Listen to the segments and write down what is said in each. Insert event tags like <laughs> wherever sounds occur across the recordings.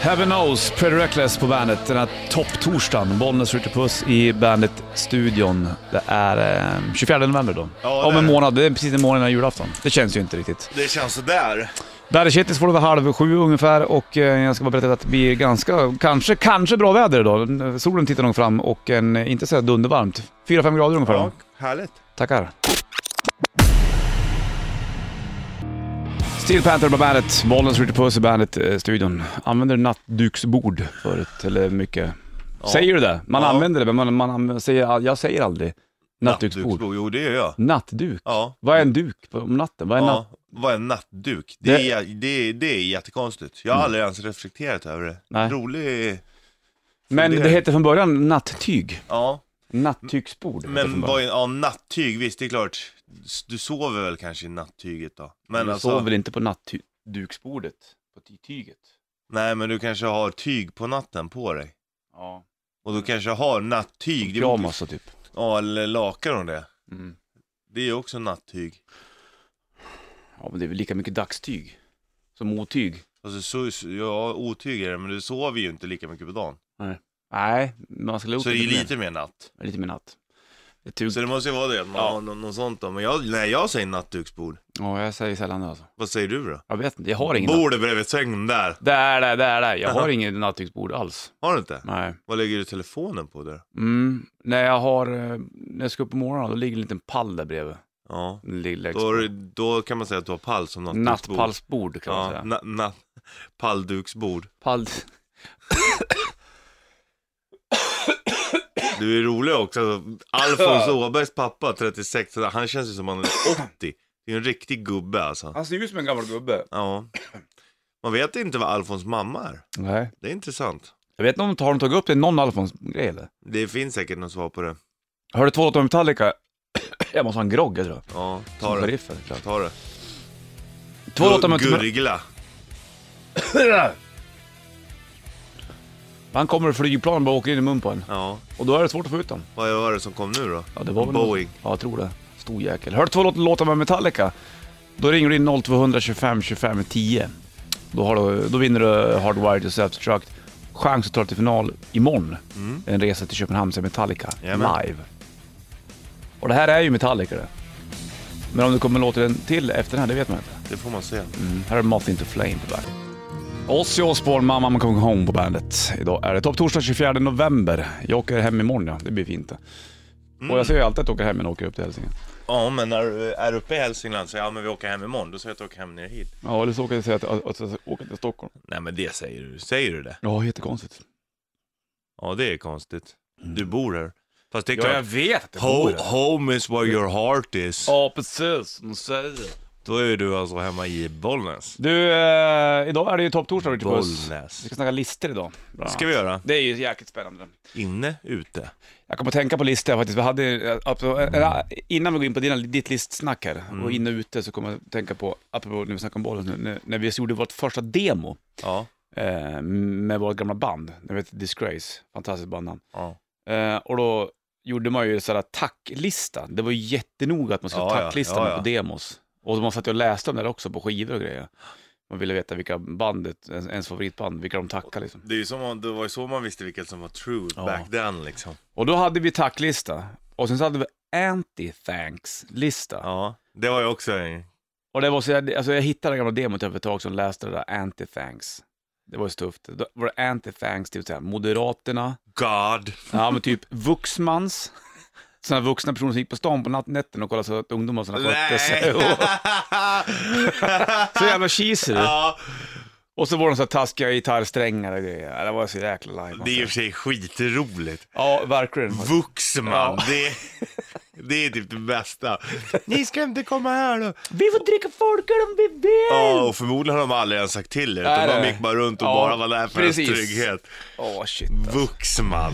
Heaven Knows, Pretty Reckless på bandet. Den här topptorsdagen. Bollnäs skjuter puss i bandet-studion. Det är eh, 24 november då. Ja, det Om är en det. månad. Det är precis en månad innan julafton. Det känns ju inte riktigt. Det känns sådär. Bandet Kittis får det vid halv sju ungefär och eh, jag ska bara berätta att det blir ganska, kanske, kanske bra väder idag. Solen tittar nog fram och en, eh, inte så här dundervarmt. 4-5 grader ungefär. då. Ja, härligt. Tackar. Steel Panther på bandet, Bollens Ritchie Puss i bandet-studion. Använder du nattduksbord förut, eller mycket? Säger du det? Man Ja. använder det, men man, man använder, säger, all- jag säger aldrig nattduksbord. Jo, det gör jag. Nattduk? Ja. Vad är en duk på om natten? Vad är natt? ja. Vad är en nattduk? Det är, det, är, det är jättekonstigt. Jag har aldrig ens reflekterat över det. Mm. Nej. Rolig... Men det- det heter från början nattyg. Ja. Natttygsbord. heter det från Men början. vad är, ja, nattyg, visst det är klart. S- Du sover väl kanske i nattyget då? Men Du alltså, sover väl inte på nattduksbordet? På ty- tyget? Nej, men du kanske har tyg på natten på dig. Ja. Och Mm. du kanske har nattyg. Det är Pyjamas och typ. Ja, eller lakan och det. Mm. Det är ju också nattyg. Ja, men det är väl lika mycket dagstyg som otyg. Alltså, så, så- ja, otyg är det, men du sover ju inte lika mycket på dagen. Nej, man skulle Så det är ju lite mer natt. mer. Lite mer natt. Ett tug... Så det måste ju vara det, att man Ja. har någon, någon sånt då. Men jag, nej, jag säger nattduksbord. Ja, jag säger sällan det alltså. Vad säger du då? Jag vet inte, jag har ingen... natt- Bordet bredvid sängen där. Där, där, där, där. Jag har ingen nattduksbord alls. Har du inte? Nej. Vad lägger du telefonen på där? Mm. När jag har... eh, När jag ska upp på morgonen, då ligger en liten pall där bredvid. Ja. En liten läggs- Då, har du- då kan man säga att du har pall som nattduksbord. Nattpallsbord kan man Ja, säga. na, na, pallduksbord. Pall... <laughs> Du är rolig också. <laughs> Alfons Åbergs pappa, 36, så han känns ju som han är 80. Det är en riktig gubbe alltså. Han ser ut som en gammal gubbe. Ja. Man vet inte vad Alfons mamma är. Nej. Det är intressant. Jag vet inte om de har de tagit upp det i någon Alfons-grej eller? Det finns säkert något svar på det. Hörde två låtar med Metallica? <coughs> jag måste ha en grogg, jag tror. Ja, ta Som det. Riff, är det klart. Ta det. Två låtar med Metallica. Gurgla. Han kommer i flygplan och bara åker in i mun på en. Ja. Och då är det svårt att få ut den. Vad var det som kom nu då? Ja, det var väl Boeing. Något. Ja, jag tror det. Stor jäkel. Hör två låt- låtar med Metallica. Då ringer du in 0200 25 25 10. Då, har du, då vinner du Hardwired och Self-Destruct. Chans att ta dig till final imorgon. En resa till Köpenhamn med Metallica Mm. Jajamän. live. Och det här är ju Metallica det. Men om det kommer en låt till- till efter den här, det vet man inte. Det får man se. Här är Moth Into Flame på bandet. Ozzy Osbourne, Mamma I'm Coming Home på bandet. Idag är det topp torsdag 24 november. Jag åker hem imorgon ja, det blir fint det. Och jag säger ju alltid att jag åker hem när jag åker upp till Hälsingland. Ja, men när du är uppe i Hälsingland så ja, men vi åker hem imorgon. Då säger jag att vi åker hem ner hit. Ja, eller så åker jag säga att, att, att jag åker till Stockholm. Nej, men det säger du. Säger du det? Ja, jättekonstigt. Ja, det är konstigt. Mm. Du bor här. Fast det är klart. vet att Ho home is where your heart is. Ja, precis. Hon säger. Då är du alltså hemma i Bollnäs. Du, eh, idag är det ju topp torsdag Ritchie Puss. Bollnäs. Vi ska snacka listor idag. Bra. Ska vi göra? Det är ju jäkligt spännande. Inne, ute. Jag kom att tänka på listor faktiskt. Vi hade, eh, apropå- eller, innan vi går in på dina, ditt listsnack här, Mm. och inne och ute, så kommer jag att tänka på, apropå när vi snackar om bollen, nu, när, när vi gjorde vårt första demo Ja. eh, med vårt gamla band, det heter Disgrace, fantastiskt bandnamn. Ja. Eh, och då gjorde man ju sådär tacklista. Det var ju jättenoga att man skulle Ja, ja, tacklista ja, med ja. på demos. Och man satt ju och läste om det där också på skivor och grejer. Man ville veta vilka bandet, ens, ens favoritband, vilka de tackar liksom. Det, är ju som, man- det var ju så man visste vilket som var true Ja. back then liksom. Och då hade vi tacklista. Och sen så hade vi anti-thanks-lista. Ja. Det var ju också en... Och det var så, alltså jag hittade det gamla demot jag för ett tag sedan och läste det där anti-thanks. Det var ju så tufft. Då var det anti-thanks, typ såhär Moderaterna, God. ja men typ Vuxmans. <laughs> Sådana vuxna personer som gick på stan på nattnätterna och kollade så att ungdomar såna skötte sig. Nej! <laughs> Och- Så jävla cheesy du. ja. Och så var de så här taskiga gitarrsträngar och grejer. Ja, Det var så jäkla lajban. Det är i och för sig skitroligt. Ja, verkligen. Vuxman, Ja. det, det är typ det bästa. Ni ska inte komma här då. Vi får dricka folköl om vi vill! Ja, och förmodligen har de aldrig ens sagt till er, Nej, utan de nej. gick bara runt och Ja, bara var där för ens precis. trygghet. Åh shit. Vuxman.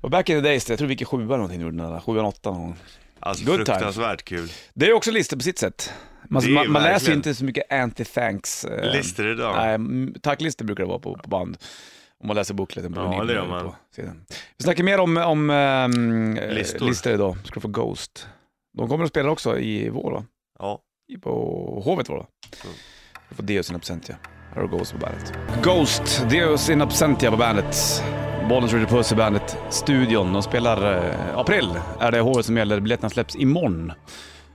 Och back in the days, jag tror vi gick i sjuan någonting gjorde den där. Sjuan, åttan någon gång. Alltså Good fruktansvärt kul. Det är också listor på sitt sätt. Man, Det är man, man läser ju verkligen. inte så mycket anti-thanks. Eh, Lister idag. Nej, m- tacklistor brukar det vara på, på band. Om man läser bokleten på Ja, vinyl det gör eller man. på sidan. Vi snackar mer om, om ehm, eh, Listor. listor idag. Ska du få Ghost. De kommer att spela också i vår va? Ja. I- På Hovet var det. Mm. Du får det och sina present ja. Här har Ghost på bandet. Ghost, Deus in absentia på bandet. Bollens Ritchie Puss i bandet. Studion. De spelar eh, april. Är det håret som gäller. Biljetterna släpps imorgon.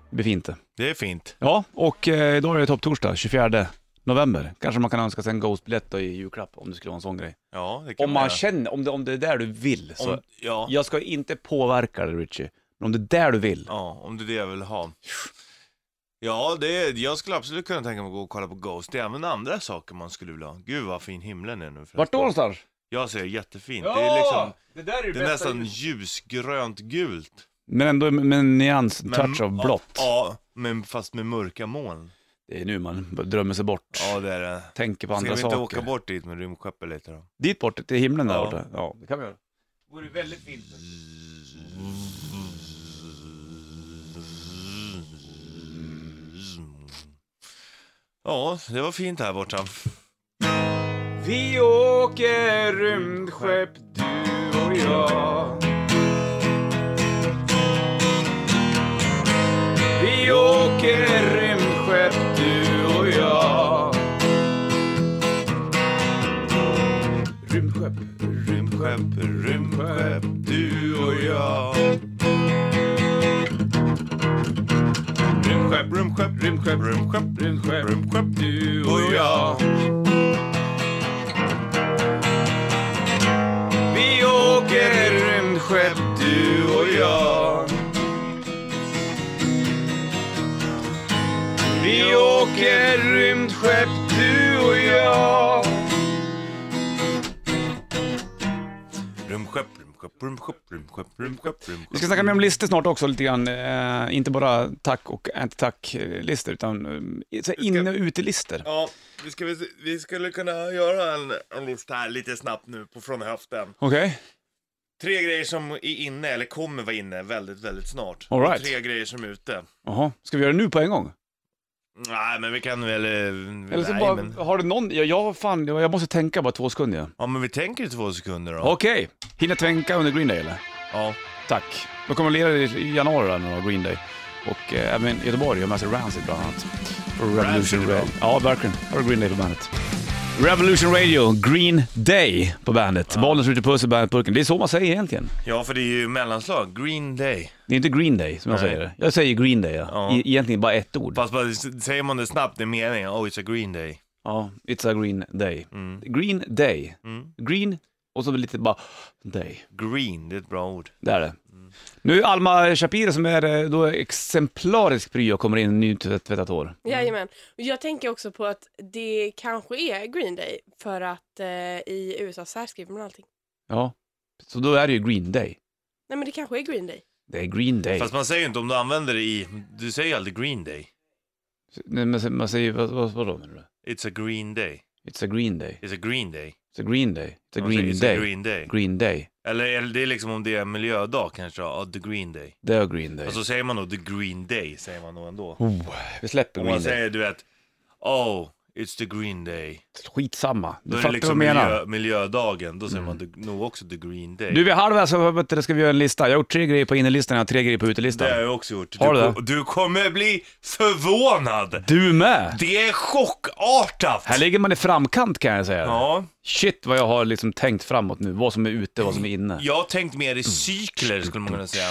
Det blir fint det. Det är fint. Ja, och eh, idag är det topptorsdag, 24 november. Kanske man kan önska sig en Ghost-biljett då i julklapp om det skulle vara en sån grej. Ja, det kan Om man göra. känner, om det, om det är där du vill så. Om, ja. Jag ska inte påverka dig Richie, men om det är där du vill. ja, om det är det jag vill ha. Ja, det är, jag skulle absolut kunna tänka mig att gå och kolla på Ghost. Det är även andra saker man skulle vilja ha. Gud vad fin himlen är nu förresten. Vart då någonstans? Jag ser jättefint. Det är liksom, det där det är nästan ljusgrönt gult. Men ändå med en nyans, en touch av blått. Ja, men fast med mörka moln. Det är nu man drömmer sig bort, Ja, det är det. tänker på Ska vi andra inte saker. åka bort dit med rymdskeppet lite då? Dit bort, till himlen där Ja. borta. Ja, det kan vi göra. Vore väldigt fint. Ja, det var fint här borta. Vi åker rymdskepp du och jag Vi åker rymdskepp du och jag Rymdskepp, rymdskepp Rymdskepp, rymdskepp, du och jag. Rymdskepp, rymdskepp, rymdskepp, rymdskepp, Rymdskepp, rymdskepp, du och jag. Vi åker rymdskepp du och jag. Vi åker rymdskepp du och jag Rymdskepp, rymdskepp, rymdskepp, rymdskepp, rymdskepp, rymdskepp. Vi ska snacka mer om listor snart också lite grann. Eh, inte bara tack och inte tack-listor, utan eh, så här inne och utelistor. Ja, vi, ska, vi, vi skulle kunna göra en, en lista här lite snabbt nu på från höften. Okej? Tre grejer som är inne eller kommer vara inne väldigt, väldigt snart. All right. Och tre grejer som är ute. Jaha. Ska vi göra det nu på en gång? Nej, men vi kan väl... eh, Eller så nej, bara, men... har du någon? Ja, jag, fan, jag måste tänka bara två sekunder. Ja, men vi tänker i två sekunder då. Okej, hinner tänka under Green Day eller? Ja. Tack. De kommer att lira i januari där nu då, Green Day. Och eh, även Göteborg har med sig Rancid bland annat. Och Revolution Rancid är bra. Radio. Ja, verkligen. Här har Green Day på bandet. Revolution Radio, Green Day på bandet. Bollen skjuter puss i bandetburken. Det är så man säger egentligen. ja, för det är ju mellanslag. Green Day. Det är inte Green Day som jag Nej. säger det. Jag säger Green Day ja. Ja. E- egentligen bara ett ord. Fast bara, säger man det snabbt, det är meningen. Oh, it's a green day. Ja, it's a green day. Mm. Green day. Mm. Green och så lite bara day. Green, det är ett bra ord. Det är det. Mm. Nu är Alma Shapiro som är eh, då exemplarisk pryo kommer in nytvättat hår. Jajamän. Och jag tänker också på att det kanske är Green Day för att eh, i USA särskriver man allting. Ja, så då är det ju Green Day. Nej men det kanske är Green Day. Det är Green Day. Fast man säger ju inte om du använder det i... Du säger ju aldrig green day. Nej, men man säger vad, vad, vadå menar du? It's a green day. It's a green day. It's a green day. It's a green day. It's a Man säger, green it's day. A green day. Green day. Eller, eller det är liksom om det är miljödag kanske, ja, the green day. Det är green day. Och så säger man nog the green day, säger man nog ändå. oh, vi släpper Om green man day. säger du vet, oh, it's the green day. Skitsamma. Du Då är fattar vad det liksom jag menar. Mm. miljö, miljödagen, då säger man the, nog också the green day. Du, vi är halv här, så vet du, ska vi göra en lista. Jag har gjort tre grejer på innerlistan, jag har tre grejer på det har utelistan. jag också gjort. Har du du, det? du kommer bli förvånad! Du med! Det är chockartat! Här ligger man i framkant kan jag säga. Ja, Shit vad jag har liksom tänkt framåt nu, vad som är ute och vad som är inne. jag har tänkt mer i cykler skulle man kunna säga.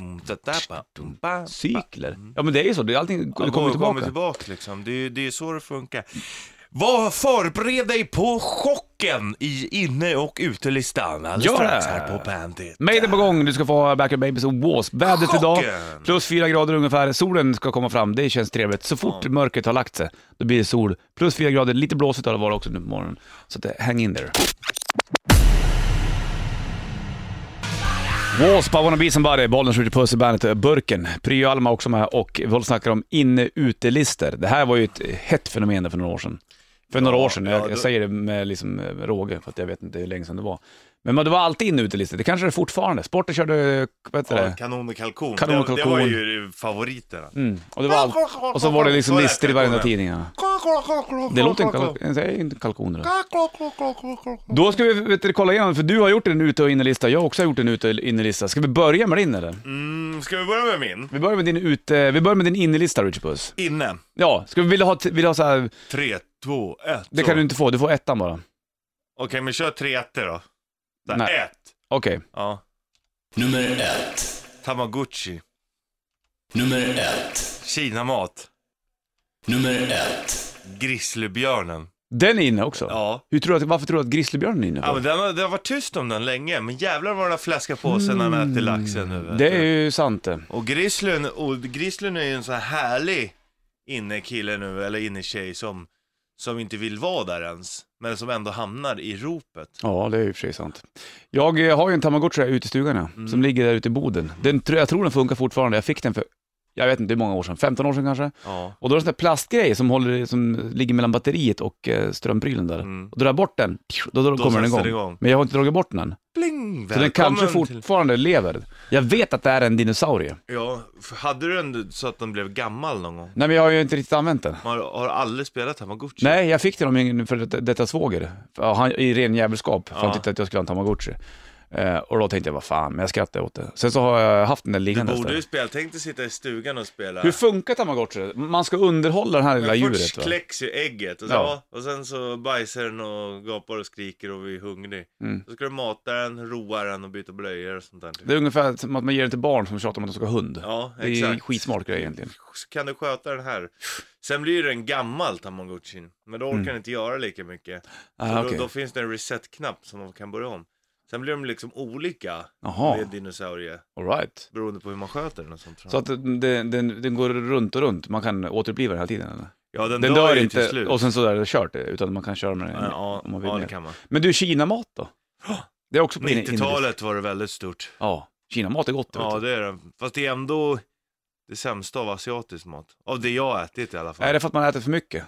Mm, så där, ba, ba, ba. Cykler? Ja men det är ju så, det, allting Ja, det kommer går- tillbaka. tillbaka liksom. det, är, det är så det funkar. Vad förbered dig på chocken i inne och utelistan. Alldeles Gör strax det. här på Bandit. Mayday på gång, du ska få ha Backyard Babies och Wasp. Vädret Chocken! idag, plus fyra grader ungefär. Solen ska komma fram, det känns trevligt. Så fort mörkret har lagt sig, då blir det sol. Plus fyra grader, lite blåsigt har det varit också nu på morgonen. Så att, eh, hang in there. Wasp, I wanna be somebody, bollen skjuter puss i bandet, burken. Pryo Alma också med och vi snackar om inne-utelistor. Det här var ju ett hett fenomen där för några år sedan. För några år sedan, ja, jag, då- jag säger det med liksom eh, råge för att jag vet inte hur länge sedan det var. Men man- det var alltid inne-utelistor, det kanske det är fortfarande. Sporten körde, eh, vad heter Ja, det? kanon och kalkon. Kanon och Det, det var kalkon. ju favoriterna. Mm. Och, det var allt, och så var det liksom Så är det, listor i varenda kalkonen. tidning. ja. Det låter inte kalkon. Jag säger inte kalkoner. alltså. Då ska vi vet du, kolla igenom, för du har gjort en ute och innelista, jag har också gjort en ute och innelista. Ska vi börja med din eller? Mm, ska vi börja med min? Vi börjar med din, ute, vi börjar med din innelista, Richard Puss. Inne. Ja, ska vi vilja ha, vill du ha så här, Tre, två, ett. det så. kan du inte få, du får ettan bara. Okej, men kör tre ettor då. Där, Nej. ett. Okej. Ja. Nummer ett. Tamagotchi. Nummer ett. Kinamat. Nummer ett. Grizzlybjörnen. Den är inne också. Ja. Hur tror du att, varför tror du att grizzlybjörnen är inne? Ja, För? men den har, det har varit tyst om den länge, men jävlar vad den har fläskat på sig när han äter laxen nu. vet det du. är ju sant det. Och grizzlyn, och grizzlyn är ju en sån här härlig innekille nu, eller innetjej som, som inte vill vara där ens, men som ändå hamnar i ropet. Ja, det är ju i och för sig sant. Jag eh, har ju en tamagotchi här ute i stugan ja, Mm. som ligger där ute i boden. Den, tror- jag tror den funkar fortfarande, jag fick den för, jag vet inte hur många år sedan, 15 år sedan kanske. Ja. Och då är det en sån där plastgrej som, håller, som ligger mellan batteriet och eh, strömprylen där. Mm. Och drar jag bort den, då, då, kommer den sätts igång. den igång. Men jag har inte dragit bort den än. Bling! Så den kanske fortfarande lever. Jag vet att det är en dinosaurie. Ja, f- hade du den så att den blev gammal någon gång? Nej men jag har ju inte riktigt använt den. Har, har du aldrig spelat Tamagotchi? Nej, jag fick den av min för detta, detta svåger. Ja, han, I ren jävelskap, för han Ja. tyckte att jag skulle ha en tamagotchi. Eh, och då tänkte jag, vad fan, men jag skrattade åt det. Sen så har jag haft den där Du liggandes borde ju där. spela, tänk dig sitta i stugan och spela. Hur funkar tamagotchi? Man ska underhålla det här lilla Men djuret först va? kläcks ju ägget och, så, Ja. och sen så bajsar den och gapar och skriker och vi är hungrig. Mm. Så ska du mata den, roa den och byta blöjor och sånt där. typ. Det är ungefär som att man ger den till barn som tjatar om att de ska ha hund. Ja, det är en exakt. skitsmart grej egentligen. Så Kan du sköta den här? Sen blir den gammal tamagotchin, men då orkar den inte göra lika mycket. Så Mm. Ah, då, okej. då finns det en reset-knapp som man kan börja om. Sen blir de liksom olika Jaha. med dinosaurie, All right. beroende på hur man sköter den och sånt. tror Så jag. att den, den, den går runt och runt, man kan återuppliva den hela tiden eller? ja, den, Den dör, dör, ju till inte slut. och sen så är det kört, utan man kan köra med den ja, om man vill. ja, det mer. kan man. Men du, Kinamat då? Det är också på din- din 90-talet var det väldigt stort. Ja, Kinamat är gott. vet Ja, du. det är det. Fast det är ändå det sämsta av asiatisk mat. Av det jag har ätit i alla fall. Är det för att man äter för mycket?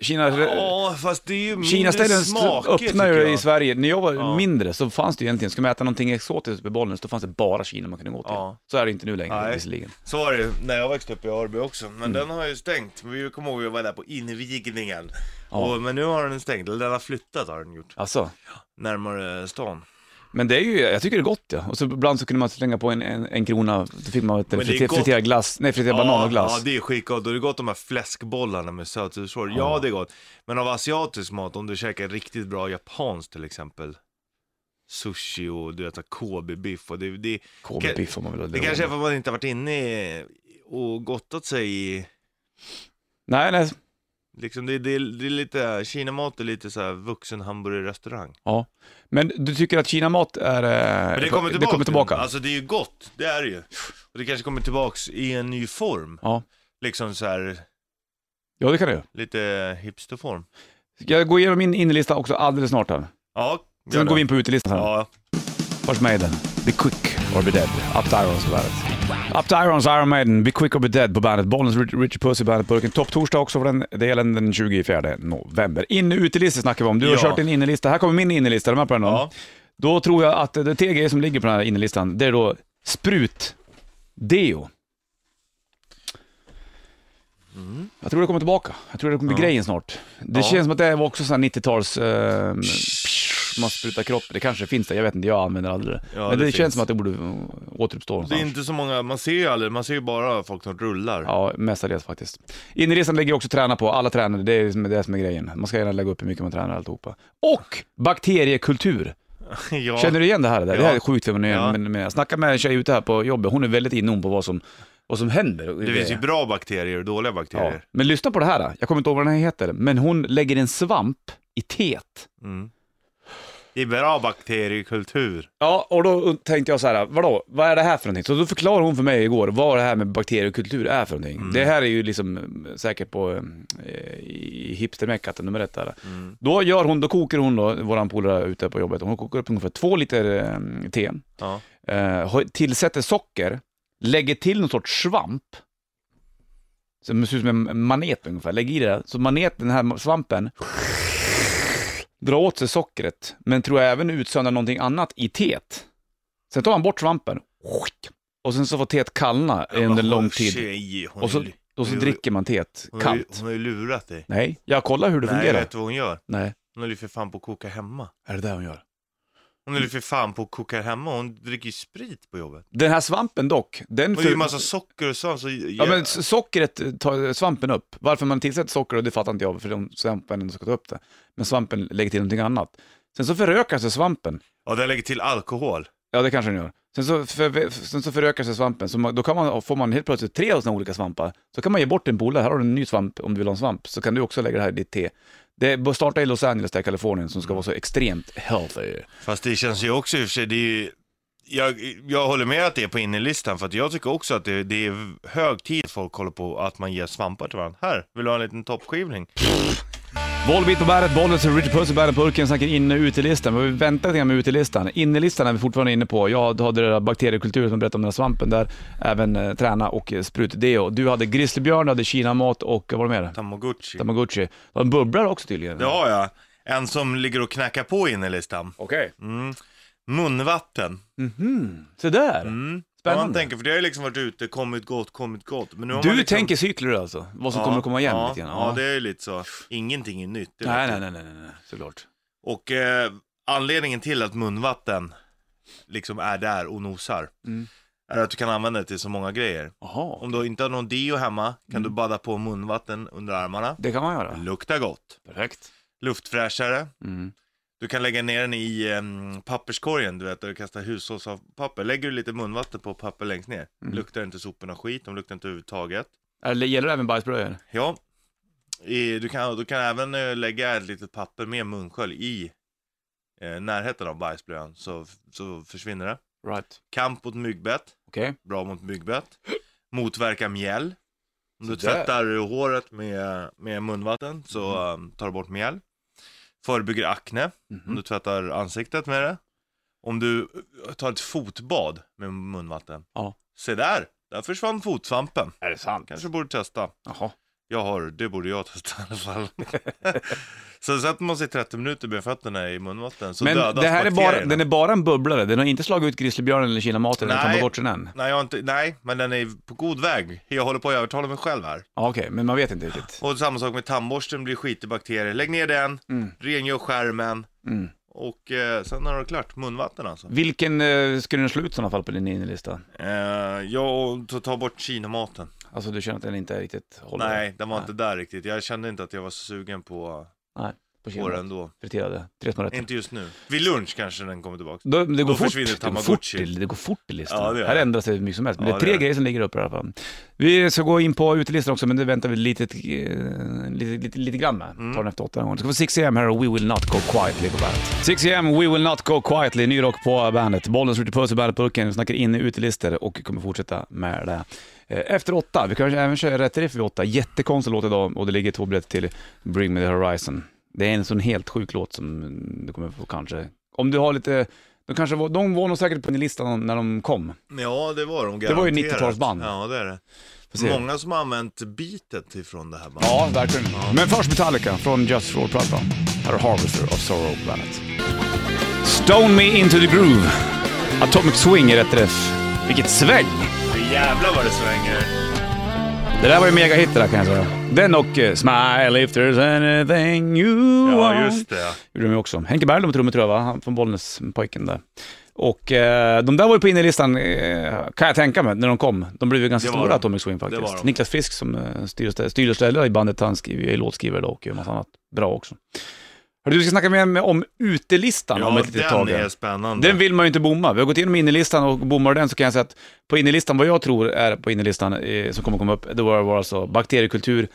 Kina... Ja, fast det är ju mindre Kinaställen smaker öppnar tycker ju jag. i Sverige. När jag var Ja. mindre så fanns det ju egentligen, skulle man äta någonting exotiskt på bollen så fanns det bara Kina man kunde gå till. Ja. Så är det inte nu längre Nej. visserligen. Så var det ju när jag växte upp i Örby också. Men den har ju stängt. Vi kommer ihåg att vi var där på invigningen. Ja. Och, men nu har den stängt. Eller den har flyttat har den gjort. Alltså. Närmare stan. Men det är ju, jag tycker det är gott ja. Och så ibland så kunde man slänga på en, en, en krona, då fick man ett Men det är friter, gott. friterad glass, nej friterad banan och glass. Ja, det är skitgott. Och det är gott de här fläskbollarna med sötsursår. Ja, det är gott. Men av asiatisk mat, om du käkar riktigt bra japanskt till exempel. Sushi och du vet så här Kobe-biff och det, det, KB-biff om man vill ha det kanske är för att man inte har varit inne i- och gottat sig i Nej, nej. Liksom det, det, det är lite, Kinamat är lite så här vuxen hamburgerrestaurang. Ja. Men du tycker att Kinamat är... eh, Men det kommer tillbaka. Det kommer tillbaka. Alltså det är ju gott, det är det ju. Och det kanske kommer tillbaks i en ny form. Ja. Liksom så här ja, det kan det ju. lite hipsterform. Jag går igenom min innerlista också alldeles snart här. Ja, gör Sen det. går vi in på utelistan sen. Ja, Först Maiden, Be Quick or Be Dead. Up to Irons på bandet. Up to Irons, Iron Maiden, Be Quick or Be Dead på bandet. Bollens Rich- Richard Puss i bandet-burken. Topptorsdag också för den delen den 24 november. In och utelista snackar vi om. Du har Ja. kört din innerlista. Här kommer min innerlista, är du med på den då? Ja. Då tror jag att det TG som ligger på den här innerlistan, det är då sprut, deo. Jag tror det kommer tillbaka. Jag tror det kommer bli grejen snart. Det Mm. Ja. känns som att det var också sån här 90-tals... Eh, man sprutar kropp. Det kanske finns det, jag vet inte, jag använder aldrig det. Ja, Men det, det känns finns. som att det borde eh, återuppstå det är någonstans. inte så många, man ser ju aldrig, man ser ju bara folk som rullar. Ja, mestadels faktiskt. Inresan lägger också träna på, alla tränare, det är liksom det som är grejen. Man ska gärna lägga upp hur mycket man tränar och alltihopa. Och bakteriekultur! <laughs> Ja. Känner du igen det här? Det, där? det här är Ja. sjukt för mig. Ja. Men, men jag snackar med en tjej ute här på jobbet, hon är väldigt inne på vad som, vad som händer. Det finns ju bra bakterier och dåliga ja. bakterier. Men lyssna på det här, då. jag kommer inte ihåg vad den här heter, men hon lägger en svamp i teet. Mm. Det är bra bakteriekultur. Ja, och då tänkte jag så här, vadå, vad är det här för någonting? Så då förklarade hon för mig igår vad det här med bakteriekultur är för någonting. Det här är ju liksom eh, säkert på eh, i hipstermeckat, nummer ett där. Mm. Då gör hon, då kokar hon då, våran polare ute på jobbet, hon kokar upp ungefär två liter eh, te. Ja. eh, har- tillsätter socker, lägger till någon sorts svamp, som ser ut som en manet ungefär, lägger i det, så maneten, den här svampen, drar åt sig sockret, men tror jag även utsöndrar någonting annat i teet. Sen tar man bort svampen, och sen så får teet kallna under Men lång hon tid. Tjej, hon Och så är... Och så Hon- dricker man teet Hon har, ju, kallt. hon har ju lurat dig. Nej, jag kollar hur det Nej, fungerar. vet du vad hon gör? Nej, Hon håller ju för fan på att koka hemma. är det där hon gör? Hon håller ju för fan på att koka hemma. Hon dricker ju sprit på jobbet. Den här svampen dock, den... Och det är ju massa socker och sånt. Så Ja men s- sockret tar svampen upp. Varför man tillsätter socker, och det fattar inte jag, för de svampen ändå ska ta upp det. Men svampen lägger till någonting annat. Sen så förökar sig svampen. ja, den lägger till alkohol. Ja, det kanske den gör. Sen så, för, sen så förökar sig svampen, så man, då kan man, får man helt plötsligt tre av sina olika svampar. Så kan man ge bort en polare, här har du en ny svamp om du vill ha en svamp, så kan du också lägga det här i ditt te. Det bör starta i Los Angeles, där i Kalifornien, som ska vara så extremt healthy. Fast det känns ju också i och för sig, det är ju... Jag, jag håller med att det är på innerlistan, för att jag tycker också att det, det är hög tid att folk håller på att man ger svampar till varandra. Här, vill du ha en liten toppskivling? Volbeat på bandet, Bollnäs och Richard Puss i bandet Purken snackar inne och utelistan. Men Vi väntar lite grann med utelistan. Innelistan är vi fortfarande inne på. Jag hade det där bakteriekultur som jag berättade om den där svampen där. Även eh, träna och eh, sprutdeo. Du hade grizzlybjörn, du hade kinamat och eh, vad var det mer? Tamagotchi. Tamagotchi. Du har en bubblare också tydligen. Det har jag. En som ligger och knackar på innerlistan. Okej. Mm. Munvatten. Se där. Mm. Spännande. Ja, Man tänker, för det har ju liksom varit ute, kommit gott, kommit gott. Men nu har Du man liksom... tänker cykler alltså? Vad som Ja, kommer att komma igen ja, lite grann? Ja. det är ju lite så. Ingenting är nytt. det nej, vet nej, du. nej, nej, nej, nej, såklart. Och eh, anledningen till att munvatten liksom är där och nosar Mm. är att du kan använda det till så många grejer. Jaha, Om du inte har någon deo hemma kan Mm. du badda på munvatten under armarna. det kan man göra. Luktar gott. Perfekt. Luftfräschare. Mm. Du kan lägga ner den i em, papperskorgen, du vet, där du kastar hushållspapper. Lägger du lite munvatten på papper längst ner. Mm. Luktar inte soporna skit, de luktar inte överhuvudtaget. Eller gäller det även bajsblöjor? Ja, i, du, kan, du kan även eh, lägga ett litet papper med munskölj i eh, närheten av bajsblöjan så, så försvinner det. Right. Kamp mot myggbett, Okej. bra mot myggbett. Motverka mjäll. Om du Så där. tvättar håret med, med munvatten så Mm. eh, tar du bort mjäll. Förebygger akne om Mhm. du tvättar ansiktet med det. Om du eh, tar ett fotbad med munvatten. Ja. Se där, där försvann fotsvampen. Är det sant? Kanske borde testa. Jaha. Jag har, det borde jag testa i <laughs> alla fall. så sätter man sig 30 minuter med fötterna i munvatten så men dödas det här är bara, bakterierna. den är bara en bubblare, den har inte slagit ut grizzlybjörnen eller kinamaten eller Nej. tamagotchen än? Nej, jag har inte... Nej, men den är på god väg. Jag håller på att övertala mig själv här. Ja, Okej, men man vet inte riktigt. Och samma sak med tandborsten, blir skit i bakterier. Lägg ner den, Mm. rengör skärmen Mm. och eh, sen har du klart. Munvatten alltså. Vilken eh, skulle den slå ut i sådana fall på din innelista? Eh, ja, och ta- ta bort kinamaten. Alltså du känner att den inte är riktigt håller? Nej, den var inte där riktigt. Jag kände inte att jag var så sugen på, På på kinamaten? den då. Friterade, tre små rätter. Inte just nu. Vid lunch kanske den kommer tillbaka. Då, det, går fort. försvinner Det, går fort Tamagotchi. i, det går fort i listan. Ja, det gör här det. ändras det hur mycket som helst. Men Ja, det är det tre gör det. grejer som ligger upp i alla fall. Vi ska gå in på utelistan också, men det väntar vi lite, eh, lite, lite, lite grann med. Mm. Tar den efter åtta någon gång. Ska få 6am här och We Will Not Go Quietly på bandet. 6am, We Will Not Go Quietly, ny rock på bandet. Bollen skjuter puss i bandetburken, vi snackar in i utelistor och kommer fortsätta med det. Eh, Efter åtta, vi kanske även kör rätt riff vid åtta. Jättekonstig låt idag och det ligger två biljetter till Bring Me The Horizon. Det är en sån helt sjuk låt som du kommer få kanske, om du har lite de, kanske var, de var nog säkert på din lista när de kom. Ja, det var de garanterat. Det var ju 90-talsband. Ja, det är det. Får se. Många som har använt beatet ifrån det här bandet. Ja, verkligen. Men först Metallica från Just For-plattan. Här är Harvester of Sorrow på bandet. Stone Me Into The Groove. Atomic Swing är rätt träff. Vilket sväng! Jävlar vad det svänger. Det där var ju megahit det där kan jag säga. Den och eh, Smile If There's Anything You Want. Ja, just det. gjorde de ju också. Henke Berglund på trummor tror jag va? Han från Bollnäs-pojken där. Och eh, de där var ju på innerlistan, eh, kan jag tänka mig, när de kom. De blev ju ganska Det var stora, de. Atomic Swing Det var faktiskt. de. Niklas Frisk som eh, styr och stä- styr och ställer i bandet, han skriver, är låtskrivare då och gör massa annat bra också. Hörru, du ska snacka med mig om utelistan om Ja, ett litet den tag. är här. spännande. Den vill man ju inte bomma. Vi har gått igenom innerlistan och bommar den så kan jag säga att på innerlistan, vad jag tror är på innerlistan eh, som kommer komma upp, det var, var alltså bakteriekultur,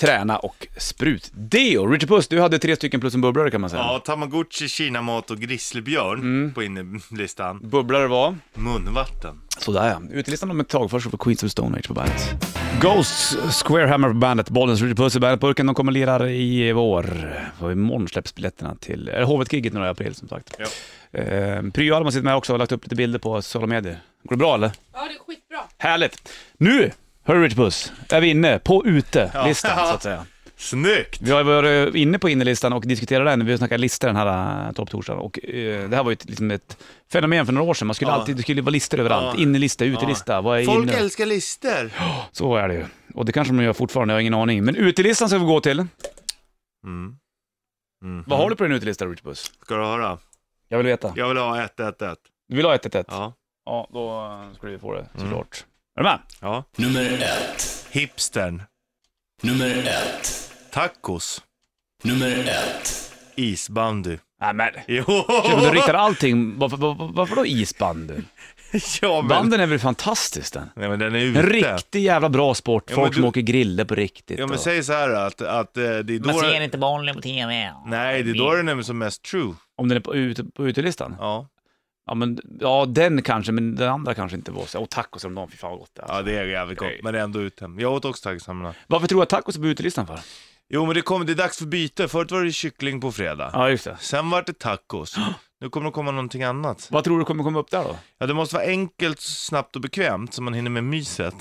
träna och sprut. Deo! Richard Puss, du hade tre stycken plus en bubblare kan man säga. Ja, Tamagotchi, kinamat och grizzlybjörn Mm. på innerlistan. Bubblare var? Munvatten. Sådär ja. Utelistan om ett tag. Först får Queens of Stone Age på bandet. Ghosts, Squarehammer på bandet, Bollens Ritchie Puss i bandetburken. De kommer och lirar i vår. Och imorgon släpps biljetterna till eh, Hovet-giget några i april som sagt. Ja. Eh, Pryo-Alma sitter med också och har lagt upp lite bilder på sociala medier. Går det bra eller? Ja, det är skitbra. Härligt! Nu, hörru Ritchie Puss, är vi inne på ute-listan Ja. så att <laughs> säga. Snyggt! Vi har varit eh, inne på innerlistan och diskuterat den. Vi har snackat listor den här äh, topptorsdagen. Och eh, det här var ju ett, liksom ett fenomen för några år sedan. Man skulle Ja. alltid, det skulle vara listor överallt. Ja. Innerlista, utelista, vad är Folk inne? älskar lister. Så är det ju. Och det kanske de gör fortfarande, jag har ingen aning. Men utelistan ska vi gå till. Mm. Mm. Vad har du på din utelista, Rich Buss? Ska du höra? Jag vill veta. Jag vill ha 111. Du vill ha 111? Ja. Ja. Mm. ja, då eh, ska du få det såklart. Är du med? ja. Nummer ett. Hipstern. Nummer ett. Tacos. Nummer ett. Isbandy. Nej men. Jo! Gud, men Du riktar allting, varför, varför, varför då isbandy? <laughs> ja, men... Banden är väl fantastisk den? Nej men den är En ute. riktig jävla bra sport, Ja, folk men som du- åker grille på riktigt. Ja men och- säg så här att, att eh, det är då... Man ser inte bollen på TV. Nej, det är då den är som mest true. Om den är på, ute, på utelistan? Ja. Ja. men, ja den kanske, men den andra kanske inte var så. Och tacos om dagen, fy fan vad gott det är. Ja, det är jävligt gott, men det är ändå ute. Jag åt också tacoshamrarna. Varför tror du att tacos är på utelistan för? Jo, men det, kommer, det är dags för byte. Förut var det kyckling på fredag. Ja just det. Sen var det tacos. Nu kommer det komma någonting annat. Vad tror du kommer komma upp där då? Ja, det måste vara enkelt, snabbt och bekvämt så man hinner med myset.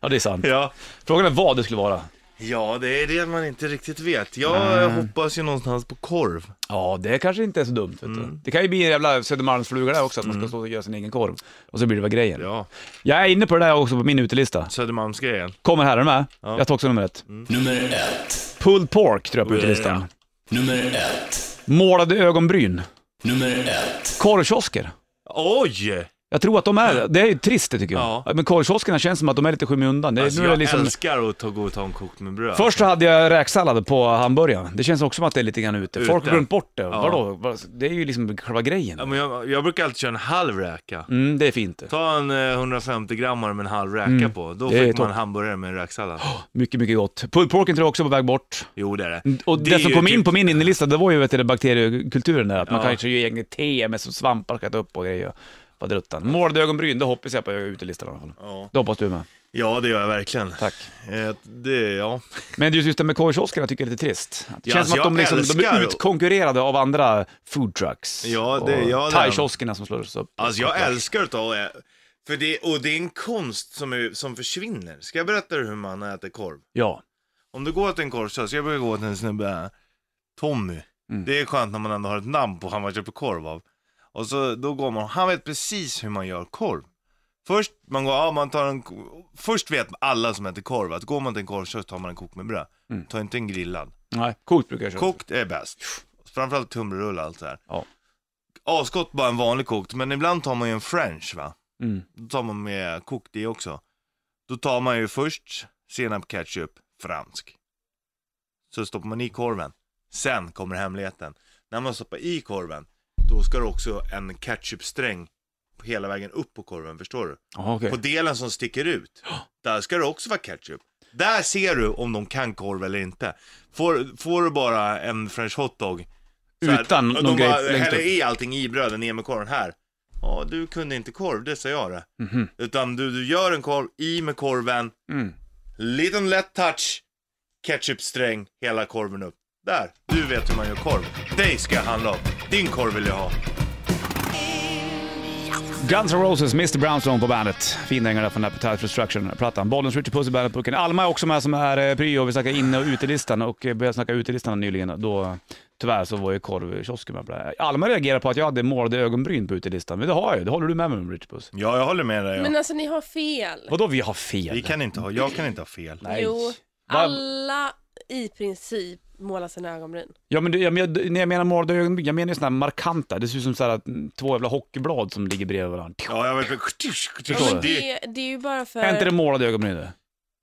Ja det är sant. Ja, <laughs> Frågan är vad det skulle vara. ja det är det man inte riktigt vet. Jag hoppas ju någonstans på korv. Ja det kanske inte är så dumt vet du. Mm. Det kan ju bli en jävla Södermalmsfluga där också, att man ska stå och göra sin egen korv. Och så blir det väl grejen. Ja, Jag är inne på det där också på min utelista. Södermalmsgrejen. Kommer här, är du med? Ja. Jag tar också nummer ett. Nummer ett. Pulled pork tror jag på utelistan. Nummer ett. Målade ögonbryn. Nummer ett. Korvkiosker. Oj! Jag tror att de är, det är ju trist det tycker jag. Ja. Men korvkioskerna känns som att de är lite i skymundan. Det, Alltså, nu är det jag liksom, älskar att ta, gå och ta en kokt med bröd. Först så hade jag räksallad på hamburgaren. Det känns också som att det är lite grann ute. Ute. Folk har glömt bort det. Ja. Vadå? Vad- Det är ju liksom själva grejen. Ja, men jag, jag brukar alltid köra en halv räka. Mm, det är fint det. Ta en eh, 150 grammar med en halv räka Mm. på. Då Det är fick man topp. hamburgare med en räksallad. Mycket, mycket gott. Pulled porken tror jag också är på väg bort. Jo, det är det. Mm, Och det, är som ju kom typ- in på min innelista, det var ju vet du, det bakteriekulturen där. Att man Ja. kanske gör egna te med som svampar skett upp och grejer. Vad druttan. Målade ögonbryn, det hoppas jag på utelistan i alla fall. Ja. Det hoppas du med. ja, det gör jag verkligen. Tack. Eh, Det, ja. Men just just det med korvkioskerna tycker jag är lite trist. Det Ja, känns som alltså, att de, jag liksom, de är älskar- utkonkurrerade av andra food trucks. Ja, det- och ja, det är de. thai-kioskerna som slås upp. Alltså jag älskar att ta eh, för det, och det är en konst som, är, som försvinner. Ska jag berätta hur man äter korv? Ja. Om du går till en korvkiosk, jag brukar gå till en snubbe, eh, Tommy. Mm. Det är skönt när man ändå har ett namn på han man köper korv av. Och så då går man, han vet precis hur man gör korv. Först, man går, ja, man tar en, ko- först vet alla som äter korv att går man till en korvkiosk tar man en kokt med bröd. Mm. Ta inte en grillad. Nej, kokt brukar jag köra. Kokt är bäst. Framförallt tunnbrödsrulle och allt det här. Ja. Avskott bara en vanlig kokt, men ibland tar man ju en french va? Mm. Då tar man med kokt i också. Då tar man ju först senap, ketchup, fransk. Så stoppar man i korven. Sen kommer hemligheten. När man stoppar i korven, då ska det också en ketchupsträng hela vägen upp på korven, förstår du? Jaha, okej. På delen som sticker ut, där ska det också vara ketchup. Där ser du om de kan korv eller inte. Får, får du bara en french hotdog så här, Utan någon och de grej bara längst häller upp. i allting i bröden, ner med korven här. Ja, du kunde inte korv, det sa jag det. Mhm. Utan du, du gör en korv, i med korven, Mm. liten lätt touch, ketchupsträng, hela korven upp. Där, du vet hur man gör korv. Dig ska jag handla om. Din korv vill jag ha. Guns N' Roses, Mr Brownstone på bandet. Fin dänga där från Appetite for Destruction-plattan. Bollens Richard Puss i bandet-pucken. Alma är också med som är eh, pryo. Vi snackar inne och utelistan och eh, började snacka utelistan nyligen. Då, eh, tyvärr så var ju korvkiosken med på det här. Alma reagerar på att jag hade målade ögonbryn på utelistan, men det har jag ju. Det håller du med mig om Richard Puss. Ja, jag håller med dig. Men Ja. alltså ni har fel. Vadå vi har fel? Vi kan inte ha, jag kan inte ha fel. Nej. Jo, Va- alla i princip målar sina ögonbryn. Ja men, det, jag, men jag, när jag menar målade ögonbryn, jag menar ju sådana här markanta. Det ser ut som så här, att, mm, två jävla hockeyblad som ligger bredvid varandra. Ja, jag vet Ja, Förstår men du? det, det är ju bara för... Är inte det målade ögonbryn det?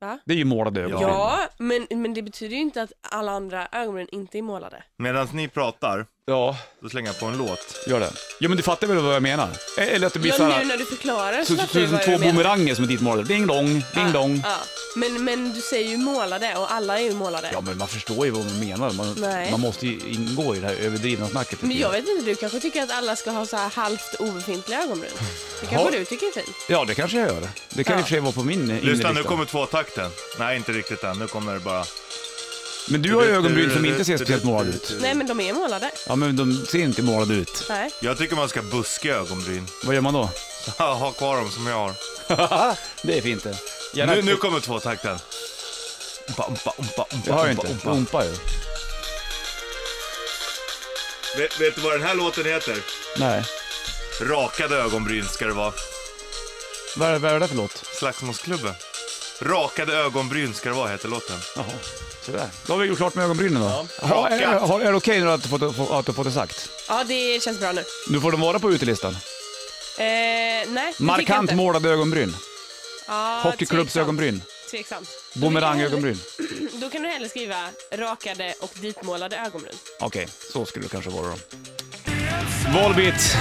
Va? Det är ju målade ögonbryn. Ja, men, men det betyder ju inte att alla andra ögonbryn inte är målade. Medan ni pratar, ja. då slänger jag på en låt. Gör det. Ja men du fattar väl vad jag menar? Eller att det blir Ja, såhär... nu när du förklarar Så, så så, fattar jag så, vad två du menar. bumeranger som är ditmålade. Ding dong, ding dong. Ja, men, men du säger ju målade och alla är ju målade. Ja men man förstår ju vad man menar. Man, Nej. man måste ju ingå i det här överdrivna snacket. Men jag vet inte, du kanske tycker att alla ska ha så här halvt obefintliga ögonbryn? Det kanske Ja. du tycker är fint? Ja det kanske jag gör. Det kan Ja. i och för sig vara på min inre Lyssna, nu lista. kommer tvåtakten. Nej, inte riktigt än. Nu kommer det bara... Men du har ju ögonbryn som inte ser speciellt målade ut. Nej, men de är målade. Ja men de ser inte målade ut. Nej. Jag tycker man ska buska ögonbryn. <laughs> Vad gör man då? <laughs> ha kvar dem som jag har. det är fint det. Gärna- Nu, nu kommer tvåtakten. Umpa, umpa, umpa, umpa, Jag hör ju umpa, inte. umpa. Jag Umpar ju. Vet, vet du vad den här låten heter? Nej. Rakade ögonbryn ska det vara. Vad är, vad är det för låt? Slagsmålsklubben. Rakade ögonbryn ska det vara, heter låten. Jaha, sådär. Då har vi gjort klart med ögonbrynen då. Ja. Jaha, är, Rakat. har- är det okej nu att du fått, att du fått det sagt? Ja, det känns bra nu. Nu får de vara på utelistan. Eh, nej, det tycker jag Markant inte. målade ögonbryn. Ja, Hockeyklubbsögonbryn. Tveksamt. tveksamt. Bumerangögonbryn. Då kan du hellre skriva rakade och ditmålade ögonbryn. Okej, så skulle det kanske vara då. Volbeat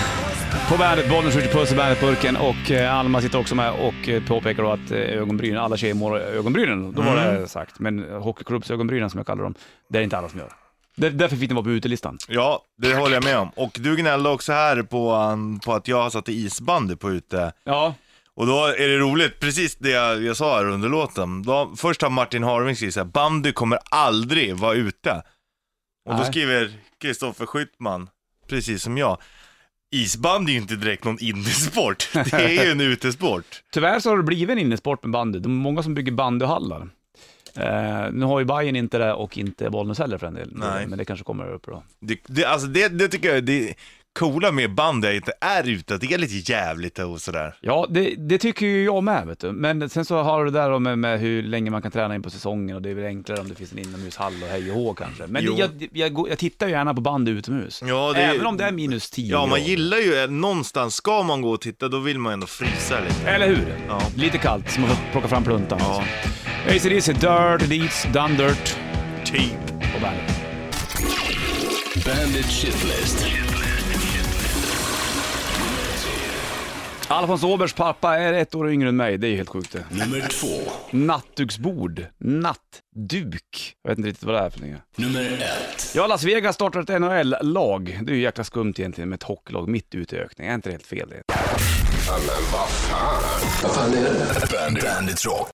på bandet, Bollnäs skjuter puss i bandetburken och eh, Alma sitter också med och eh, påpekar då att eh, ögonbryn, alla tjejer målar ögonbrynen. Då var det sagt. Men eh, hockeyklubbsögonbrynen som jag kallar dem, det är inte alla som gör. Där, därför fick den vara på utelistan. Ja, det håller jag med om. Och du gnällde också här på, um, på att jag satte isbandy på ute. Ja, Och då är det roligt, precis det jag, jag sa här under låten. Då, först har Martin Harving skrivit så här, bandy kommer aldrig vara ute. Och då Nej. skriver Kristoffer Skyttman, precis som jag, isbandy är ju inte direkt någon innesport. <laughs> Det är ju en utesport. Tyvärr så har det blivit en innesport med bandy. Det är många som bygger bandyhallar. Eh, nu har ju Bayern inte det och inte Bollnäs heller för en del. Nej. Men det kanske kommer upp då. Det, det, alltså det, det tycker jag är det coola med bandy är inte är ute, att det är lite jävligt och sådär. Ja, det, det tycker ju jag med vet du. Men sen så har du det där då med, med hur länge man kan träna in på säsongen och det är väl enklare om det finns en inomhushall och hej och hå kanske. Men Jo. jag, jag, går- jag tittar ju gärna på bandy utomhus. Ja, det- Även om det är minus 10 Ja, man grader. gillar ju, eh, någonstans ska man gå och titta, då vill man ändå frysa lite. Eller hur? Ja. Lite kallt, så man får plocka fram pluntan. Ja, ACDC, Dirt, Deeds, Done Dirt typ. och bandy. Bandit Shitlist. Alfons Åbergs pappa är ett år yngre än mig, det är ju helt sjukt det. Nummer två. Nattduksbord, nattduk. Jag vet inte riktigt vad det är för någonting. Nummer ett. Ja, Las Vegas startar ett NHL-lag. Det är ju jäkla skumt egentligen med ett hockeylag mitt ute i öknen. Är inte det helt fel det? Bandit. Bandit Rock.